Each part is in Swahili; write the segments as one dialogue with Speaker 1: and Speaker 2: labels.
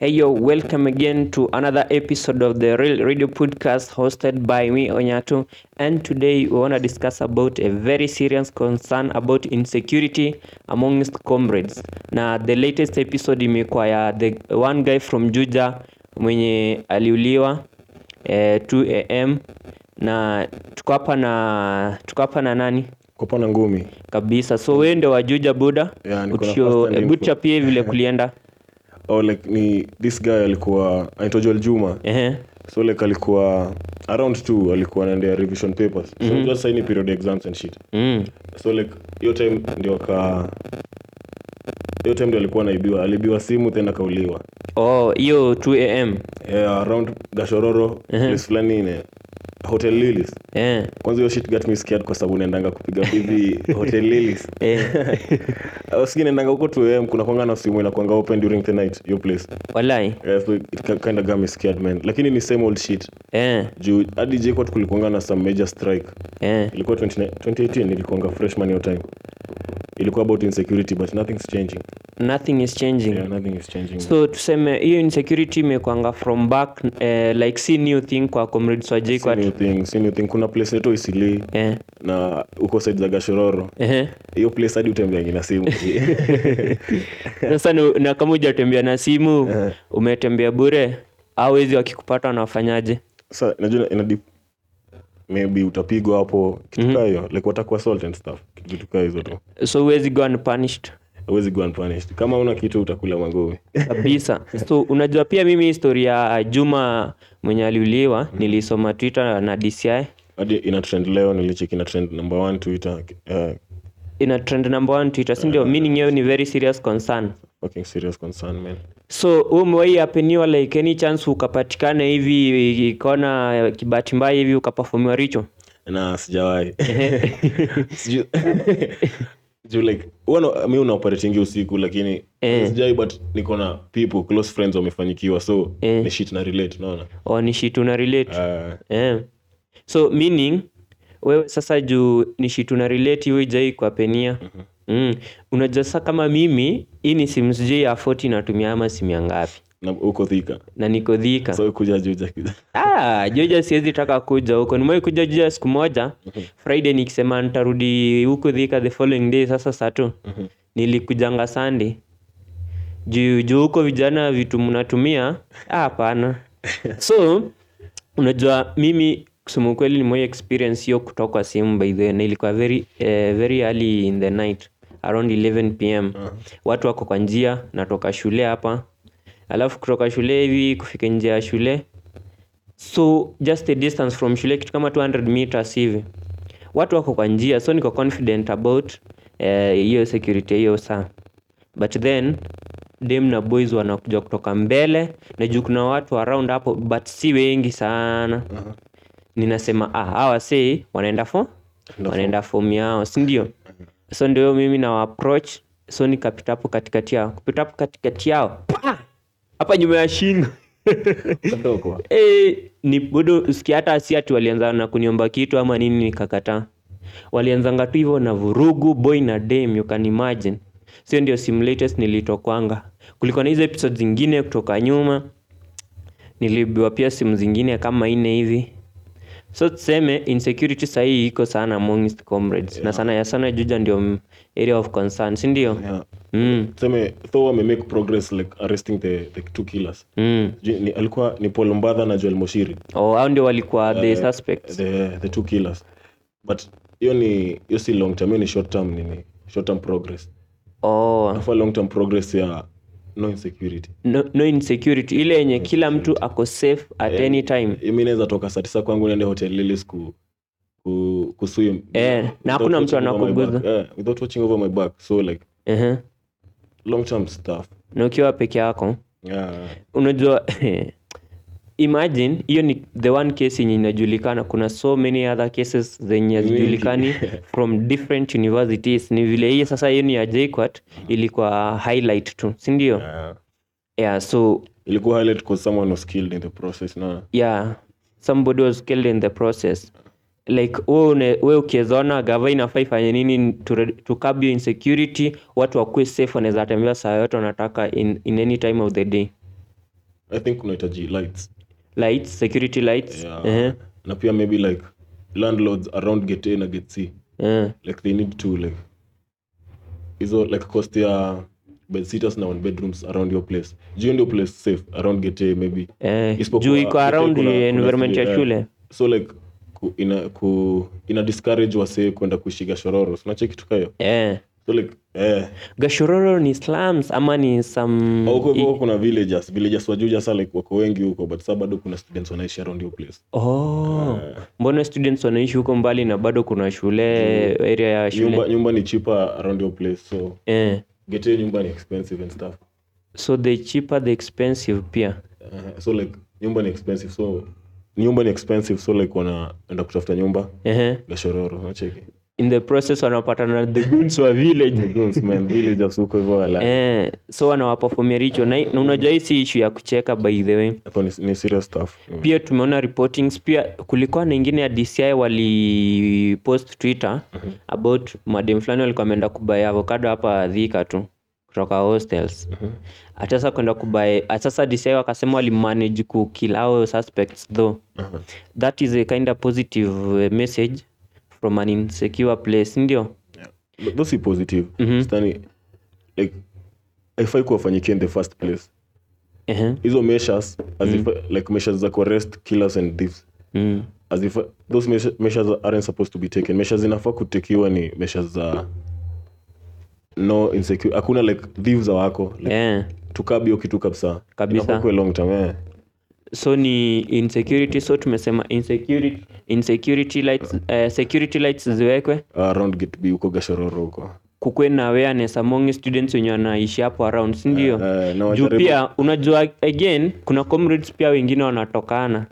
Speaker 1: Hey yo, welcome again to another episode of the Real Radio Podcast hosted by me Onyatu. And today we want to discuss about a very serious concern about insecurity amongst comrades. Na the latest episode imekuwa ya the one guy from Juja mwenye aliuliwa eh, 2 am na tuko hapa na tuko hapa na nani
Speaker 2: kupana ngumi
Speaker 1: kabisa. So wewe ndio wajuja buda
Speaker 2: Yeah, niko na
Speaker 1: utio
Speaker 2: first hand info.
Speaker 1: bucha pia vile kulienda
Speaker 2: oh, like ni this guy alikuwa anaitwa Joel Juma
Speaker 1: ehe
Speaker 2: so like alikuwa around two alikuwa anaendea revision papers so mm -hmm. saini period exams and shit
Speaker 1: mm.
Speaker 2: so like hiyo time ndio aka hiyo time ndio alikuwa anaibiwa alibiwa simu then akauliwa
Speaker 1: oh hiyo 2 am
Speaker 2: yeah, around Gashororo place fulani ine Hotel Lilis
Speaker 1: eh
Speaker 2: kwanza hiyo shit got me scared kwa sababu naendanga kupiga bibi Hotel Lilis
Speaker 1: eh
Speaker 2: sigi naendanga huko 2am kuna kwanga na simu inakwanga open during the night your place
Speaker 1: walai
Speaker 2: Yeah, Eh, so it ki- kinda got me scared man lakini ni same old shit
Speaker 1: eh
Speaker 2: juu hadi jkot kulikuanga na some major strike
Speaker 1: eh
Speaker 2: ilikuwa 29 2018 ilikuanga freshman yo time ilikuwa about insecurity but nothing's changing
Speaker 1: nothing is changing
Speaker 2: yeah, nothing is changing
Speaker 1: so tuseme hiyo insecurity imekwanga from back eh, like si new thing kwa comrades wa
Speaker 2: Si
Speaker 1: JKUAT
Speaker 2: new thing, si new thing. kuna place naitwa isili
Speaker 1: eh
Speaker 2: na uko side za gashororo
Speaker 1: eh
Speaker 2: hiyo place hadi utembeangi na simu
Speaker 1: sasa ni- na kama hujatembea na simu umetembea bure au wezi wakikupata wanafanyaje
Speaker 2: sa najua ina dip- maybe utapigwa hapo kitu kaa hiyo like watakuwa assault and stuff kitu kitu kaa hizo tu
Speaker 1: so huwezi go unpunished
Speaker 2: huwezi go unpunished kama una kitu utakula magome
Speaker 1: kabisa so unajua pia mimi historia ya juma mwenye aliuliwa nilisoma twitter na dci
Speaker 2: hadi ina trend leo nilicheki ina trend number one twitter uh,
Speaker 1: ina trend number one twitter sindio meaning yao ni very serious concern
Speaker 2: fucking serious concern man
Speaker 1: so wewe umewahi apeniwa like any chance ukapatikana hivi ikona kibahati mbaya hivi ukapafomiwa richo
Speaker 2: na sijawahi Sijui- juu like wana, mi unaoperatingi usiku lakini
Speaker 1: Eh.
Speaker 2: sijai but niko na people close friends wamefanyikiwa so
Speaker 1: Eh.
Speaker 2: ni shit na relate unaona
Speaker 1: or Oh, ni shit una relate
Speaker 2: uh,
Speaker 1: eh. so meaning wewe sasa juu ni shit una relate hiyo ijai kuapenia mm. unajua sasa kama mimi hii ni simu sijui ya 40 natumia ama simu ya ngapi
Speaker 2: na uko thika
Speaker 1: na niko dhika
Speaker 2: so kuja juja
Speaker 1: Ah, Juja siwezi taka kuja huko. Nimewahi kuja Juja siku moja Friday nikisema nitarudi huko Thika the following day sasa saa tu. Nilikujanga Sunday. Juu juu huko vijana vitu mnatumia ah, hapana. So unajua mimi kusema ukweli nimewahi experience hiyo kutoka simu by the way na ilikuwa very eh, very early in the night around 11 pm. Watu wako kwa njia natoka shule hapa. Alafu kutoka shule hivi kufika nje ya shule so just a distance from shule kitu kama 200 meters hivi watu wako kwa njia so niko confident about eh, hiyo security hiyo saa but then dem na boys wanakuja kutoka mbele na juu kuna watu around hapo but si wengi sana ninasema ah, hawa sei wanaenda fo wanaenda fom yao sindio so ndio mimi na approach so nikapita hapo katikati yao kupita hapo katikati yao pa! hapa nyuma ya shingo
Speaker 2: kidogo
Speaker 1: Eh, ni bado sikia hata si ati walianza na kuniomba kitu ama nini nikakataa walianzanga tu hivyo na vurugu boy na dem you can imagine sio ndio sim latest nilitokwanga kulikuwa na hizo episode zingine kutoka nyuma nilibiwa pia simu zingine kama nne hivi so tuseme insecurity sahii iko sana amongst comrades na sana ya sana juja ndio m- area of concern si ndio
Speaker 2: yeah.
Speaker 1: mm,
Speaker 2: tuseme tho amemake progress like arresting the, the two killers
Speaker 1: mm.
Speaker 2: Sijui ni, alikuwa ni paul mbadha na joel moshiri
Speaker 1: Oh, hao ndio walikuwa the suspects
Speaker 2: the, the two killers but hiyo ni hiyo si long term hiyo ni short term nini short term progress
Speaker 1: oh.
Speaker 2: Alafu long term progress ya no insecurity
Speaker 1: no, no insecurity ile yenye kila mtu ako safe at any time
Speaker 2: mi naweza toka saa tisa kwangu niende hotel lilis ku, ku, ku swim
Speaker 1: Eh,
Speaker 2: Without
Speaker 1: na hakuna mtu
Speaker 2: watching over my
Speaker 1: anakuguza.
Speaker 2: back. Eh, without watching over my back so like
Speaker 1: uh-huh.
Speaker 2: long term stuff
Speaker 1: na ukiwa peke yako
Speaker 2: yeah.
Speaker 1: unajua imagine hiyo ni the one case yenye inajulikana kuna so many other cases zenye hazijulikani from different universities ni vile hii sasa hiyo ni ya JKUAT ilikuwa highlight tu si ndio yeah.
Speaker 2: Yeah.
Speaker 1: yeah, so
Speaker 2: ilikuwa highlight because someone was killed in the process na
Speaker 1: yeah somebody was killed in the process like we une- we ukiwezaona gava inafaa ifanye nini to re- to curb your insecurity watu wakuwe safe wanaweza tembea saa yote wanataka in, in any time of the day
Speaker 2: i think unahitaji lights
Speaker 1: lights security lights eh,
Speaker 2: yeah.
Speaker 1: Ehe,
Speaker 2: na pia maybe like landlords around gate a na gate c
Speaker 1: eh.
Speaker 2: like they need to like hizo like cost ya bedsitters na one bedrooms around your place juu ndio place safe around gate a maybe
Speaker 1: Eh,
Speaker 2: Isipokuwa
Speaker 1: juu iko
Speaker 2: gate A
Speaker 1: around
Speaker 2: kuna- kuna
Speaker 1: environment ya
Speaker 2: shule,
Speaker 1: shule
Speaker 2: yeah. so like ku, ina, ku, ina discourage wasee kwenda kushika shororo sinacheki tukayo
Speaker 1: eh.
Speaker 2: so like eh,
Speaker 1: gashororo ni slums ama ni some
Speaker 2: au huko
Speaker 1: i-
Speaker 2: hivyo kuna villagers villagers wa Juja sasa like wako wengi huko but sasa bado kuna students wanaishi around your place
Speaker 1: oh. mbona students wanaishi huko mbali na bado kuna shule area ya shule
Speaker 2: nyumba nyumba ni cheaper around your place so
Speaker 1: eh.
Speaker 2: get hiyo nyumba ni expensive and stuff
Speaker 1: so the cheaper the expensive pia
Speaker 2: Eh, so like nyumba ni expensive so nyumba ni expensive so like wanaenda kutafuta nyumba
Speaker 1: Ehe.
Speaker 2: gashororo unacheki
Speaker 1: in the process wanapatana na the goons wa village
Speaker 2: Yes, man, villagers huko hivyo wala
Speaker 1: eh, so wanawapafomia richo na, na unajua hii si issue ya kucheka by the way
Speaker 2: hapo ni, ni serious stuff
Speaker 1: pia tumeona reportings pia kulikuwa na ingine ya dci walipost twitter about madem fulani walikuwa wameenda kubai avocado hapa dhika tu kutoka hostels hata sasa kwenda kubai sasa dci wakasema walimanage kukill ao suspects though
Speaker 2: Mhm.
Speaker 1: that is a kind of positive eh, message from an insecure place ndio
Speaker 2: But those are positive Stani, like haifai kuwafanyikia in the first place
Speaker 1: Ehe.
Speaker 2: hizo measures hazifa- like measures za kuarrest killers and thieves
Speaker 1: Mm.
Speaker 2: hazifa- those measure- measures aren't supposed to be taken measures zinafaa kutekiwa ni measures za no insecure hakuna like thieves wako like,
Speaker 1: Eh.
Speaker 2: tukabi hiyo kitu kabisa
Speaker 1: Kabisa.
Speaker 2: Inafaa kuwe long term eh.
Speaker 1: so ni insecurity so tumesema insecurity, insecurity lights, eh, security lights ziwekwe
Speaker 2: around gate b huko gashororo huko
Speaker 1: kukuwe na awareness among students wenye wanaishi hapo around sindio
Speaker 2: Eh, na
Speaker 1: juu
Speaker 2: wajaribu-
Speaker 1: pia unajua again kuna comrades pia wengine wanatokana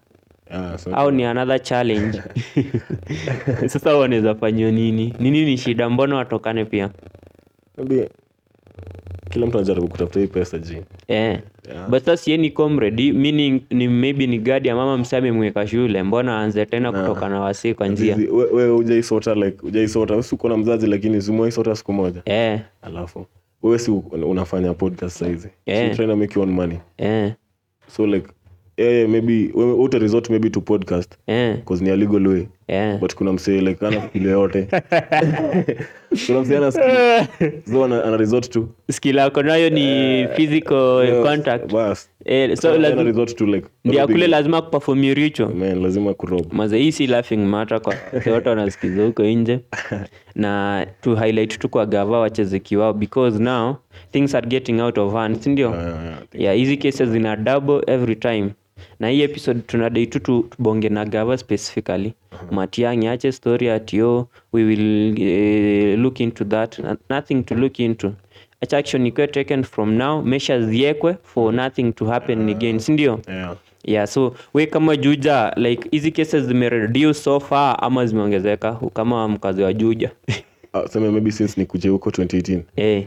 Speaker 2: Ah, so-
Speaker 1: au ni another challenge sasa wanaweza fanyiwa nini ni nini shida mbona watokane pia
Speaker 2: maybe kila mtu anajaribu kutafuta hii pesa ji
Speaker 1: yeah. Eh. but sasa siye ni comrade hi- meaning ni maybe ni gadi ya mama msame mweka shule mbona aanze tena kutokana wasii kwa njia
Speaker 2: Hizi- we- wewe ujaisota like ujaisota usikuwa na mzazi lakini zimuaisota siku moja
Speaker 1: yeah.
Speaker 2: alafu wewe si u- unafanya podcast saizi
Speaker 1: Eh.
Speaker 2: so trying to make your own money
Speaker 1: Yeah.
Speaker 2: so like yeah, yeah, maybe wewe uta resort maybe to podcast
Speaker 1: Yeah.
Speaker 2: cause ni a legal way
Speaker 1: Yeah.
Speaker 2: but kuna msee like ana skill yote kuna msee ana skill so ana, ana resort to
Speaker 1: skill yako nayo ni physical contact
Speaker 2: bas
Speaker 1: eh, so
Speaker 2: so ana
Speaker 1: lazima
Speaker 2: resort to like
Speaker 1: ndia kule lazima kuperform richo
Speaker 2: man lazima kurob
Speaker 1: maze hii si laughing matter kwa watu wanasikiza huko nje na to highlight tu kwa gava wachezeki wao because now things are getting out of hand sindio
Speaker 2: Ah,
Speaker 1: yeah, hizi cases zina double every time na hii episode tunadai tu tu- tubonge na gava specifically matiangi ache story atio we will eh, look into that Na- nothing to look into acha action ikuwe taken from now measures ziekwe for nothing to happen again sindio
Speaker 2: yeah.
Speaker 1: yeah so we kama juja like hizi cases zimereduce so far ama zimeongezeka kama mkazi wa juja
Speaker 2: Ah, sema maybe since nikuje huko 2018
Speaker 1: eh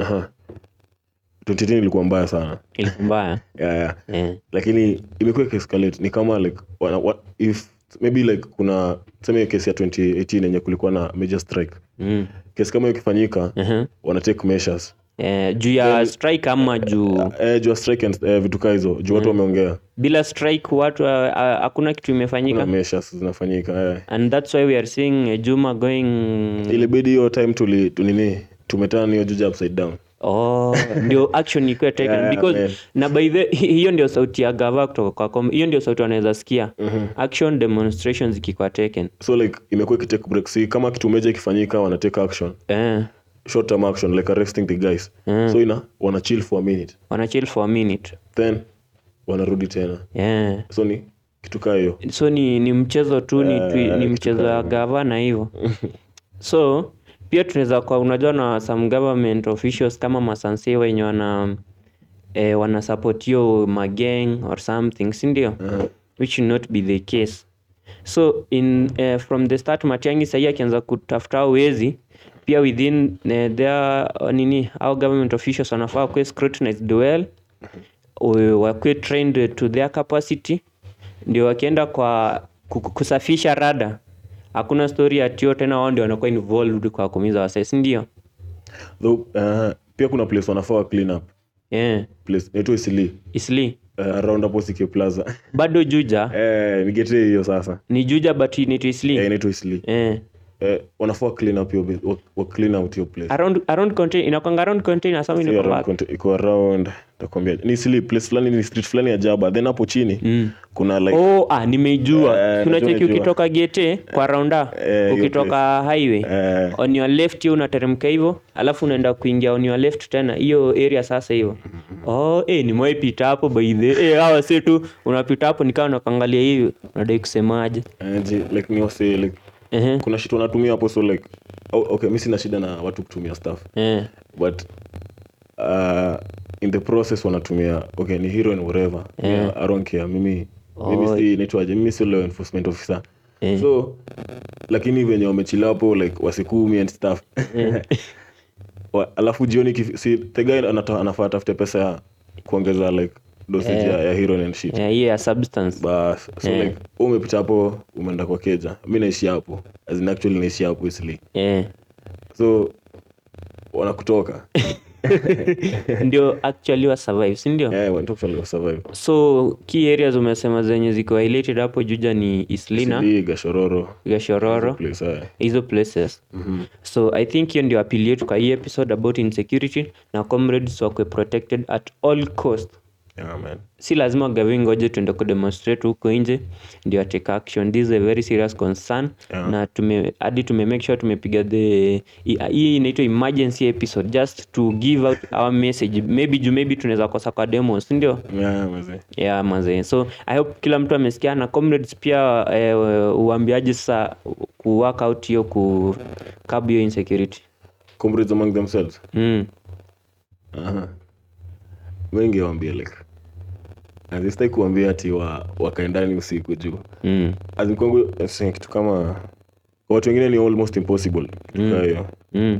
Speaker 2: Aha. 2018 ilikuwa mbaya sana
Speaker 1: ilikuwa mbaya
Speaker 2: yeah, yeah.
Speaker 1: eh
Speaker 2: lakini imekuwa ikiescalate ni kama like wana, wa, if maybe like kuna tuseme hiyo kesi ya 2018 yenye kulikuwa na major strike
Speaker 1: mm.
Speaker 2: kesi kama hiyo ikifanyika
Speaker 1: uh-huh.
Speaker 2: wana take measures
Speaker 1: eh juu ya strike ama juu
Speaker 2: eh, juu ya strike and eh, vitu kaa hizo juu watu
Speaker 1: Mm.
Speaker 2: wameongea
Speaker 1: bila strike watu ha- ha- hakuna kitu
Speaker 2: kuna
Speaker 1: imefanyika
Speaker 2: measures zinafanyika eh.
Speaker 1: and thats why we are seeing eh, juma going
Speaker 2: ilibidi hiyo time tuli tunini tumetana hiyo juja upside down
Speaker 1: oh ndio action ikuwe taken
Speaker 2: Yeah,
Speaker 1: because
Speaker 2: man.
Speaker 1: na by the hi- hiyo ndio sauti ya gava kutoka kwa com hiyo ndio sauti wanaweza sikia action demonstrations ikikuwa taken
Speaker 2: so like imekuwa ikitake breaks si kama kitu meja ikifanyika wana take action
Speaker 1: eh
Speaker 2: short term action like arresting the guys so ina wana chill for a minute
Speaker 1: wana chill for a minute
Speaker 2: then wanarudi tena
Speaker 1: yeah
Speaker 2: so ni kitu kaa hiyo
Speaker 1: so ni, ni mchezo tu ni, twi, ni mchezo ya gavana hivyo so pia tunaweza kuwa unajua na some government officials kama masansi wenye wana eh, wana support hiyo mageng or something sindio which should not be the case so in eh, from the start matiangi sahii akianza kutafuta uwezi pia within eh, their eh, nini au government officials wanafaa kuwe scrutinized well we- wakuwe trained to their capacity ndio wakienda kwa ku- ku- kusafisha rada hakuna story atio tena wao ndio wanakuwa involved kwa kumiza wasee si ndio
Speaker 2: though uh, pia kuna place wanafaa wa clean up
Speaker 1: yeah.
Speaker 2: place inaitwa Eastleigh.
Speaker 1: isli
Speaker 2: uh, around hapo CK Plaza.
Speaker 1: bado juja
Speaker 2: Eh, nigetee hiyo sasa.
Speaker 1: ni juja but ni tuisli
Speaker 2: Eh, inaitwa Isli.
Speaker 1: eh.
Speaker 2: Eh, wanafaa clean up your bas- wa, wa clean out your place.
Speaker 1: around around contain inakwanga around container sawa
Speaker 2: Si around
Speaker 1: inakwanga
Speaker 2: conti- iko around takwambia ni Isli place fulani ni street fulani ya Jaba. Then hapo chini kuna like
Speaker 1: oh ah nimeijua
Speaker 2: Eh,
Speaker 1: tunacheki
Speaker 2: najua,
Speaker 1: ukitoka gete kwa raunda
Speaker 2: Eh, hiyo
Speaker 1: ukitoka highway
Speaker 2: eh,
Speaker 1: on your left hiyo unateremka hivyo alafu unaenda kuingia on your left tena hiyo area sasa hiyo oh eh nimewaipita hapo by the eh hawa si tu unapita hapo nikawa nakuangalia hivi unadai kusemaje
Speaker 2: aje, like ni wase like
Speaker 1: ehe
Speaker 2: kuna shit wanatumia hapo so like oh, okay mi sina shida na watu kutumia stuff
Speaker 1: eh
Speaker 2: but uh, in the process wanatumia okay ni heroin whatever yeah. i don't care mimi mimi si inaitwaje mimi si law enforcement officer
Speaker 1: Eh.
Speaker 2: so lakini venye wamechila hapo like wasikumi and stuff
Speaker 1: Eh.
Speaker 2: Wa- alafu jioni kifi- si the guy anata- anafaa atafute pesa ya kuongeza like dosage ya- ya heroin and shit
Speaker 1: eh, hiyo ya substance
Speaker 2: bas so like wewe umepita hapo umeenda kwa keja mi naishi hapo as in actually naishi hapo isli
Speaker 1: eh
Speaker 2: so wanakutoka
Speaker 1: ndio actually wa survive si ndio
Speaker 2: eh, wanatoka wale wasurvive.
Speaker 1: so key areas umesema zenye ziko highlighted hapo juja ni islina
Speaker 2: Sili, gashororo
Speaker 1: gashororo
Speaker 2: place haya
Speaker 1: hizo places so i think hiyo ndio apili yetu kwa hii episode about insecurity na comrades wakwe protected at all cost
Speaker 2: yeah, man.
Speaker 1: si lazima wagawie ngoje tuende kudemonstrate huko nje ndio atake action this is a very serious concern
Speaker 2: Yeah.
Speaker 1: na tume hadi tume make sure tumepiga the hii- hii inaitwa emergency episode just to give out our message maybe juu maybe tunaweza kosa kwa demos ndio
Speaker 2: Yeah, mazee.
Speaker 1: yeah, mazee so i hope kila mtu amesikia na comrades pia eh, uambiaji sasa ku work out hiyo ku curb hiyo insecurity
Speaker 2: comrades among themselves
Speaker 1: mm.
Speaker 2: Aha. wengi waambia like azistai kuambia ati wa, wakae ndani usiku juu
Speaker 1: Mm.
Speaker 2: As in kwangu as in kitu kama kwa watu wengine ni almost impossible kitu kaa hiyo
Speaker 1: Mm.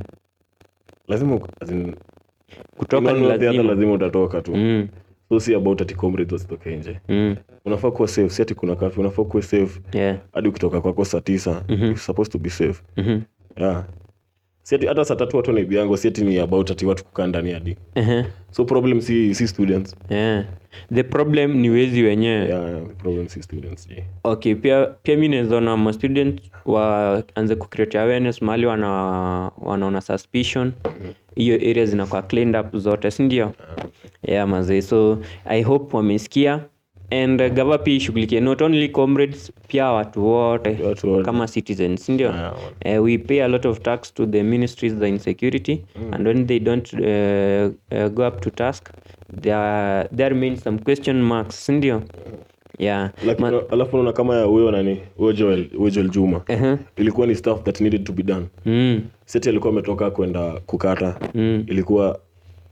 Speaker 2: lazima uko- as in,
Speaker 1: kutoka
Speaker 2: one
Speaker 1: ni
Speaker 2: way or the other
Speaker 1: Mm. lazima
Speaker 2: lazima utatoka tu
Speaker 1: mm.
Speaker 2: so si about ati comrades wasitoke nje
Speaker 1: Mm.
Speaker 2: unafaa kuwa safe si ati kuna kafi unafaa kuwa safe
Speaker 1: Yeah.
Speaker 2: hadi ukitoka kwako saa tisa
Speaker 1: Mm-hmm.
Speaker 2: you're supposed to be safe
Speaker 1: Mhm.
Speaker 2: yeah. si ati hata saa tatu watu wanaibiango si ati ni about ati watu kukaa ndani hadi
Speaker 1: Ehe.
Speaker 2: so problem si si students
Speaker 1: Yeah. the problem ni wezi wenyewe
Speaker 2: yeah, problem si students yeah.
Speaker 1: okay pia pia mi nawezaona ma student waanze kucreate awareness mahali wana wanaona suspicion hiyo area zinakuwa cleaned up zote sindio yeah mazee so i hope wamesikia and uh, gava pia ishughulikie not only comrades pia watu wote
Speaker 2: Watu wote.
Speaker 1: kama citizens sindio
Speaker 2: Yeah,
Speaker 1: uh, we pay a lot of tax to the ministries the insecurity
Speaker 2: Mm.
Speaker 1: and when they don't uh, uh, go up to task there, there remain some question marks sindio yeah
Speaker 2: Like, uh, alafu naona kama ya huyo nani huyo Joel huyo Joel Juma
Speaker 1: Ehe.
Speaker 2: ilikuwa ni stuff that needed to be done
Speaker 1: mm.
Speaker 2: seti alikuwa ametoka kwenda kukata
Speaker 1: Mm.
Speaker 2: ilikuwa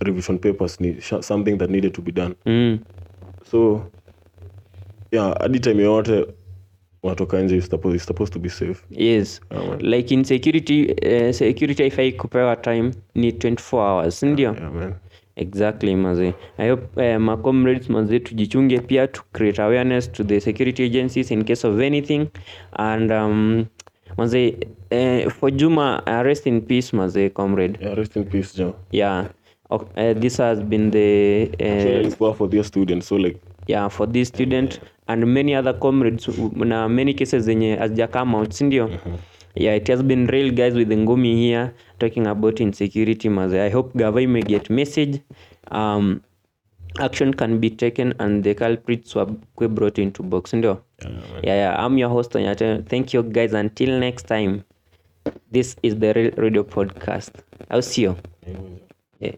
Speaker 2: revision papers ni sha- something that needed to be done
Speaker 1: Mm.
Speaker 2: so yeah hadi time yoyote unatoka nje you're supposed, you're supposed to be safe
Speaker 1: yes like in security uh, security haifai kupewa time ni 24 hours sindio
Speaker 2: yeah, man.
Speaker 1: exactly mazee i hope uh, macomrades mazee tujichunge pia to create awareness to the security agencies in case of anything and um, mazee uh, for juma uh, rest in peace mazee comrade
Speaker 2: yeah, rest in peace Joe
Speaker 1: yeah Ok- uh, this has been the uh,
Speaker 2: Actually, it's poor for their students so like
Speaker 1: yeah for this student and many other comrades who- na many cases zenye hazija come out sindio yeah it has been real guys with ngumi here talking about insecurity maze i hope gava may get message um, action can be taken and the culprits were were brought into box ndio
Speaker 2: Mm.
Speaker 1: yeah, yeah i'm your host Onyate. thank you guys until next time this is the real radio podcast i'll see you yeah.